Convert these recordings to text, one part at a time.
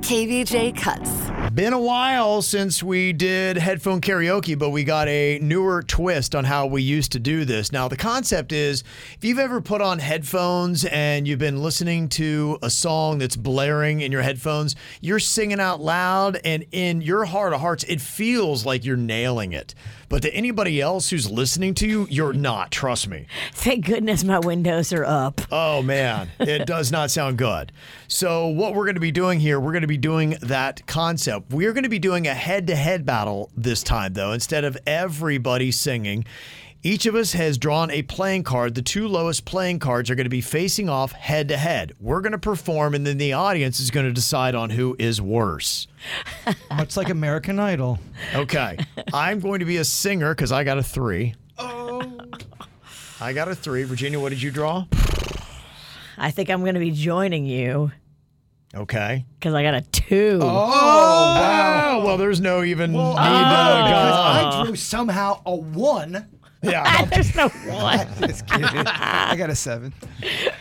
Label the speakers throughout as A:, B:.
A: KVJ cuts.
B: Been a while since we did headphone karaoke, but we got a newer twist on how we used to do this. Now, the concept is if you've ever put on headphones and you've been listening to a song that's blaring in your headphones, you're singing out loud, and in your heart of hearts, it feels like you're nailing it. But to anybody else who's listening to you, you're not, trust me.
C: Thank goodness my windows are up.
B: Oh man, it does not sound good. So what we're going to be doing here, we're going to be doing that concept. We are going to be doing a head-to-head battle this time though, instead of everybody singing. Each of us has drawn a playing card. The two lowest playing cards are going to be facing off head to head. We're going to perform, and then the audience is going to decide on who is worse.
D: Much like American Idol.
B: Okay. I'm going to be a singer because I got a three. Oh. I got a three. Virginia, what did you draw?
C: I think I'm going to be joining you
B: Okay.
C: because I got a two.
B: Oh, well, there's no even need to
D: Oh, Because
B: go.
D: I drew somehow a one.
B: Yeah,
C: There's no one.
D: Just kidding. I got a seven.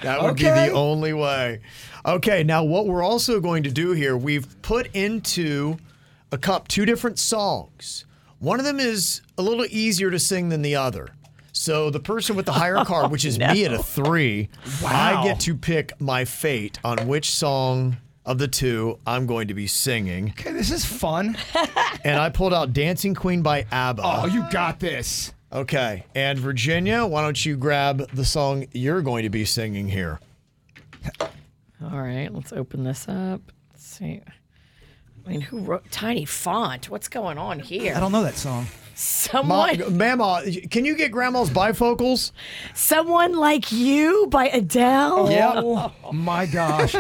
B: that would be
D: Okay.
B: the only way. Okay, now what we're also going to do here, we've put into a cup two different songs. One of them is a little easier to sing than the other. So the person with the higher card, which is me at a three, I get to pick my fate on which song of the two I'm going to be singing.
D: Okay, this is fun.
B: And I pulled out Dancing Queen by ABBA.
D: Oh, you got this.
B: Okay. And Virginia, why don't you grab the song you're going to be singing here?
C: All right, let's open this up. Let's see. I mean, who wrote tiny font? What's going on
D: I
C: here?
D: don't know that song.
C: Someone,
B: Mama, can you get grandma's bifocals?
C: someone like you by Adele.
D: Oh my gosh.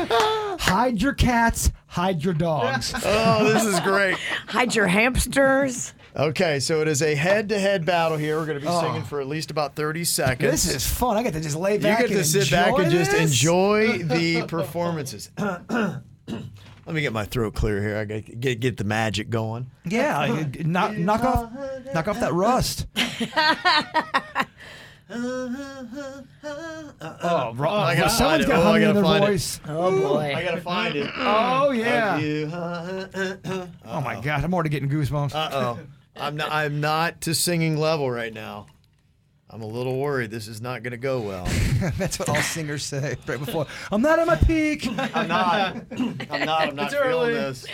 D: Hide your cats, hide your dogs.
B: Oh, this is great.
C: Hide your hamsters.
B: Okay, so it is a head to head battle here. We're going to be singing for at least about 30 seconds.
D: This is fun. I get to just lay
B: you
D: back
B: get to
D: and
B: sit back
D: enjoy
B: and just
D: this?
B: enjoy the performances. Let me get my throat clear here. I got to get, get the magic going.
D: Yeah, I- knock, knock off knock off that rust. oh, wrong.
B: I gotta find
D: someone's
B: it.
D: got
B: Oh, I
D: honey in
B: gotta
D: their
B: find it. Uh,
D: voice.
C: Oh
B: I
C: boy.
B: got to find it.
D: Oh yeah.
B: Yeah.
D: Oh my gosh, I'm already getting goosebumps.
B: Uh oh. I'm not I'm not to singing level right now. I'm a little worried this is not gonna go well.
D: That's what all singers say right before. I'm not at my peak.
B: I'm not. I'm not. I'm not feeling this.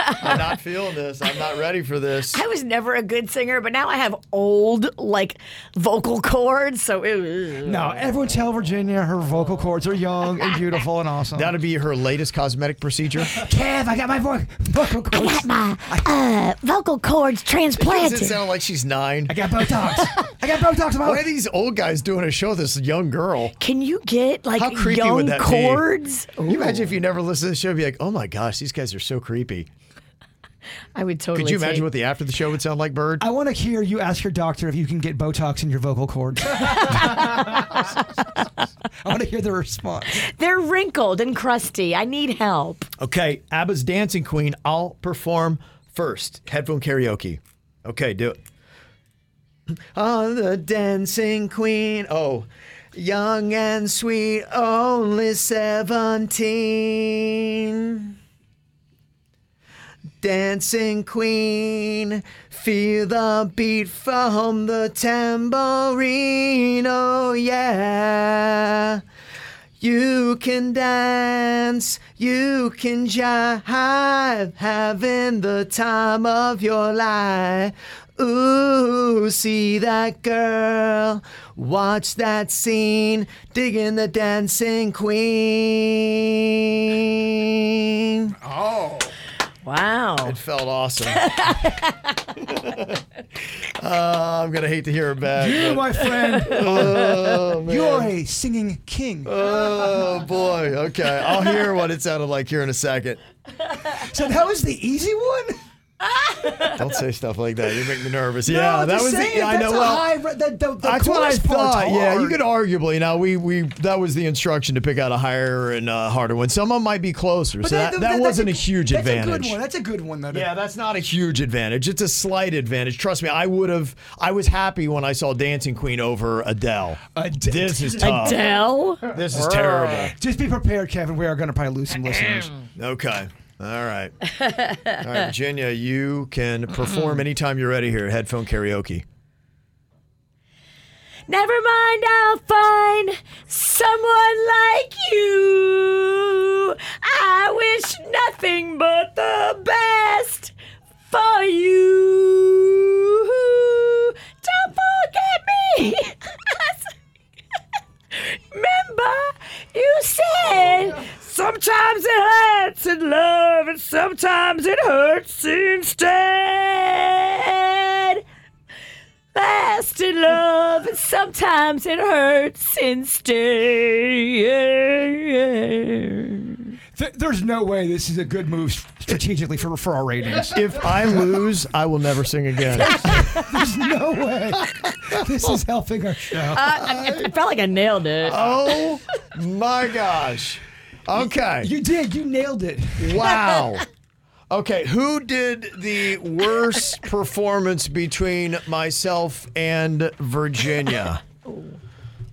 B: I'm not feeling this. I'm not ready for this.
C: I was never a good singer, but now I have old like vocal cords, so it,
D: No, everyone tell Virginia her vocal cords are young and beautiful and awesome.
B: That'll be her latest cosmetic procedure.
D: Kev, I got my vo- vocal cords.
E: my uh, vocal cords
B: Does it
E: transplanted.
B: sound like she's nine?
D: I got Botox. I got Botox in my
B: Why are these old guys doing a show with this young girl?
C: Can you get like
B: How creepy
C: young
B: would that be?
C: chords?
B: Can you imagine if you never listened to the show? You'd Be like, oh my gosh, these guys are so creepy.
C: I would totally.
B: Could you imagine
C: take-
B: what the after the show would sound like, Bird?
D: I want to hear you ask your doctor if you can get Botox in your vocal cords. I want to hear the response.
C: They're wrinkled and crusty. I need help.
B: Okay, ABBA's Dancing Queen. I'll perform first. Headphone karaoke. Okay, do it. Oh, the dancing queen. Oh, young and sweet, only 17. Dancing queen, feel the beat from the tambourine. Oh, yeah. You can dance, you can jive, having the time of your life. Ooh, see that girl, watch that scene, digging the dancing queen.
C: Wow.
B: It felt awesome. Uh, I'm gonna hate to hear it back.
D: You,
B: but-
D: my friend, you are a singing king.
B: Oh boy. Okay. I'll hear what it sounded like here in a second.
D: so that was the easy one.
B: Don't say stuff like that. You make me nervous. Yeah,
D: no,
B: that
D: just
B: was
D: saying,
B: the, I
D: that's
B: know.
D: a
B: Well,
D: high, re- the, the, the
B: that's what I
D: chorus part's
B: thought. Yeah, you
D: hard.
B: could arguably. Now we we that was the instruction to pick out a higher and uh, harder one. Some of them might be closer. so that,
D: that-
B: that,
D: that- that's
B: wasn't a, huge
D: that's
B: advantage.
D: a good one. That's a good one, though.
B: Yeah, that's not a huge advantage. It's a slight advantage. Trust me, I would have. I was happy when I saw Dancing Queen over Adele.
D: Ade-
B: this is tough.
C: Adele?
B: This is terrible.
D: Just be prepared, Kevin. We are going to probably lose some listeners.
B: Okay. All right. All right, Virginia, you can perform anytime you're ready here. at Headphone karaoke.
C: Never mind, I'll find someone like you. I wish nothing but the best for you. Don't forget me. Remember, you said sometimes it hurts in love and sometimes it hurts instead fast in love, and sometimes it hurts instead.
D: Th- there's no way this is a good move strategically for, for our ratings.
B: If I lose, I will never sing again.
D: There's no way. This is helping our show.
B: Uh,
C: I, I felt like I nailed it.
B: oh my gosh. Okay.
D: you did. You nailed it.
B: Wow. Okay, who did the worst performance between myself and Virginia?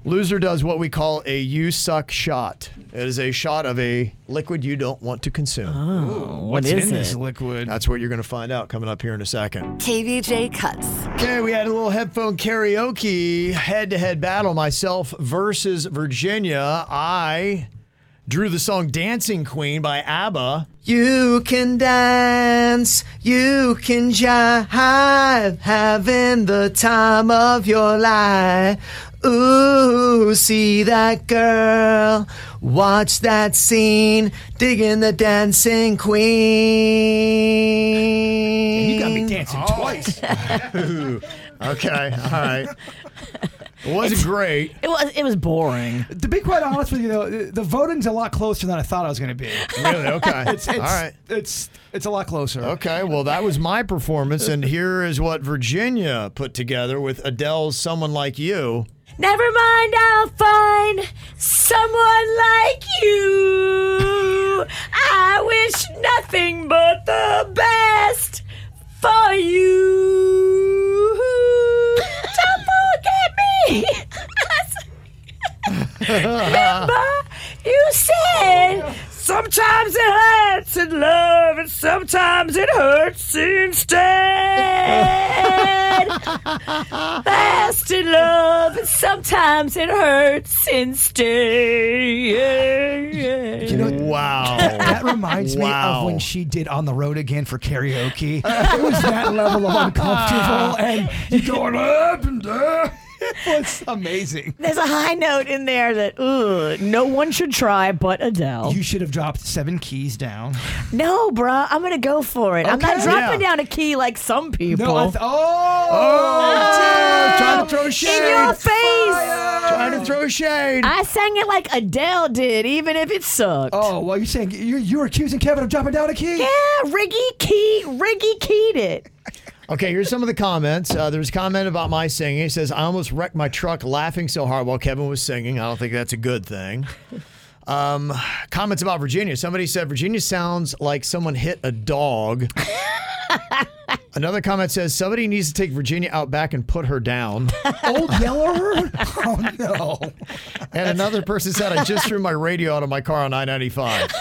B: Loser does what we call a you suck shot. It is a shot of a liquid you don't want to consume.
C: what is it?
D: liquid?
B: That's what you're going to find out coming up here in a second.
A: KVJ Cuts.
B: Okay, we had a little headphone karaoke head to head battle myself versus Virginia. I drew the song Dancing Queen by ABBA. You can dance, you can jive, having the time of your life. Ooh, see that girl, watch that scene, digging the dancing queen.
D: You got me dancing
B: Oh.
D: twice.
B: Okay, all right. It wasn't great.
C: It was it was boring.
D: to be quite honest with you, though, the the voting's a lot closer than I thought it was going to be.
B: Really? Okay.
D: It's,
B: all right.
D: It's it's a lot closer.
B: Okay, well, that was my performance, and here is what Virginia put together with Adele's Someone Like You.
C: Never mind, I'll find someone like you. I wish nothing but the best for you. Don't forget me. Remember, you said sometimes it hurts in love and sometimes it hurts instead. fast in love, and sometimes it hurts instead.
B: wow.
D: That reminds me
B: Wow.
D: of when she did on the road again for karaoke. it was that level of uncomfortable, and you going up and down. It was amazing.
C: There's a high note in there that ugh, no one should try but Adele.
D: You should have dropped seven keys down.
C: no, bruh, I'm gonna go for it. I'm not
B: Okay.
C: dropping
B: Yeah.
C: down a key like some people.
D: No, I th-
B: Oh,
D: oh,
B: trying to throw
C: in
B: shade.
C: your face.
B: Trying to throw shade.
C: I sang it like Adele did, even if it sucked.
D: Oh, well, you're saying you're, you're accusing Kevin of dropping down a key?
C: Yeah, Riggy key, Riggy keyed it.
B: Okay, here's some of the comments. Uh, there's a comment about my singing. It says, I almost wrecked my truck laughing so hard while Kevin was singing. I don't think that's a good thing. Um, comments about Virginia. Somebody said, Virginia sounds like someone hit a dog. Another comment says, somebody needs to take Virginia out back and put her down.
D: Old Yeller? Oh no!
B: And another person said, I just threw my radio out of my car on I 95.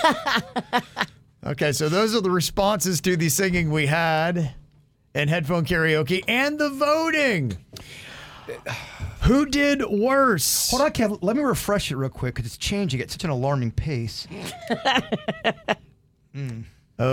B: Okay, so those are the responses to the singing we had and headphone karaoke and the voting. Who did worse?
D: Hold on, Kev. Let me refresh it real quick because it's changing at such an alarming pace.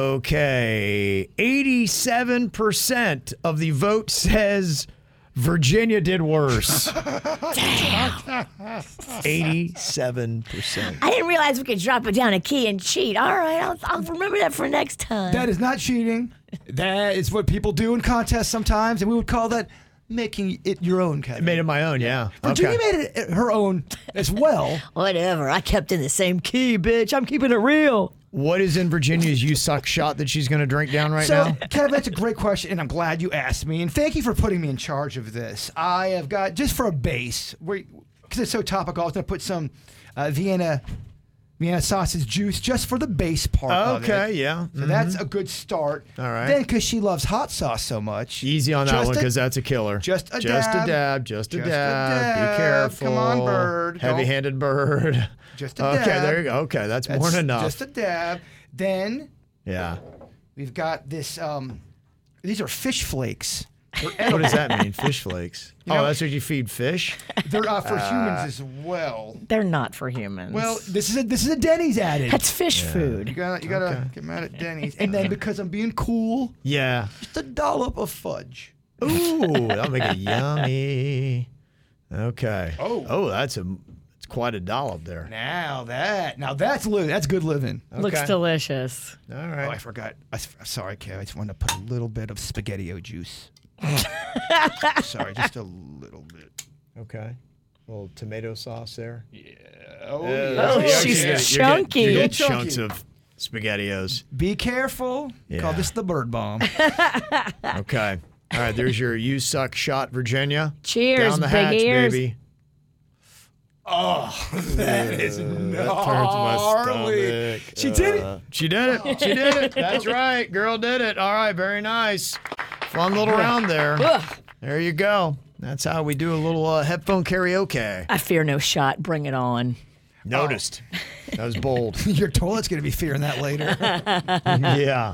B: Okay. 87% of the vote says Virginia did worse. 87%.
E: I didn't realize we could drop it down a key and cheat. All right, I'll, I'll remember that for next time.
D: That is not cheating. That is what people do in contests sometimes, and we would call that making it your own, Kevin.
B: Made it my own, yeah.
D: Virginia made it uh, her own as well.
E: Whatever. I kept in the same key, bitch. I'm keeping it real.
B: What is in Virginia's you suck shot that she's going to drink down right
D: so,
B: now?
D: Kevin, that's a great question, and I'm glad you asked me. And thank you for putting me in charge of this. I have got just for a base, because it's so topical. I was going to put some uh, Vienna Vienna sausage juice just for the base part. of it.
B: Okay, yeah.
D: So that's a good start.
B: All right.
D: Then, because she loves hot sauce so much,
B: Easy on that
D: just
B: one
D: a-
B: because that's a killer.
D: just a
B: just
D: dab.
B: a dab, just a
D: Just a
B: dab. Be
D: dab.
B: careful.
D: Come on, bird. Don't-
B: Heavy-handed bird.
D: Just a
B: okay,
D: dab.
B: there you go. Okay, that's,
D: that's
B: more than enough.
D: Just a dab. Then
B: yeah.
D: we've got this. Um, these are fish flakes.
B: What does that mean? Fish flakes. oh, that's what you feed fish.
D: They're uh, for humans as well.
C: They're not for humans.
D: Well, this is a this is a Denny's added.
C: that's fish
D: You
C: food.
D: gotta, you gotta get mad at Denny's. And then because I'm being cool,
B: Yeah.
D: just a dollop of fudge.
B: Ooh, that'll make it yummy. Okay. Oh. Oh, that's a it's quite a dollop there.
D: Now that, now that's li- that's good living.
C: Looks
B: Okay.
C: delicious.
B: All
D: Oh, I
B: right.
D: forgot. I, am sorry, Kev. I just wanted to put a little bit of spaghettio juice. sorry, just a little bit.
B: Okay. Little tomato sauce there.
D: Oh,
C: Oh,
B: Yeah,
C: she's
B: you get- you get-
C: chunky.
B: You get
D: Chunky.
B: chunks of spaghettios.
D: Be careful.
B: Yeah.
D: Call this the bird bomb.
B: Okay. All right, there's your you suck shot, Virginia.
C: Cheers,
B: Down the
C: big
B: hatch,
C: ears.
B: baby.
D: Oh, that is
B: That turns my
D: gnarly.
B: stomach. Uh,
D: She did it.
B: She did it. She did it. That's right. Girl did it. All right. Very nice. Fun little round there. There you go. That's how we do a little uh, headphone karaoke.
C: I fear no shot. Bring it on.
B: Noticed. That was bold.
D: Your toilet's gonna be fearing that later.
B: yeah.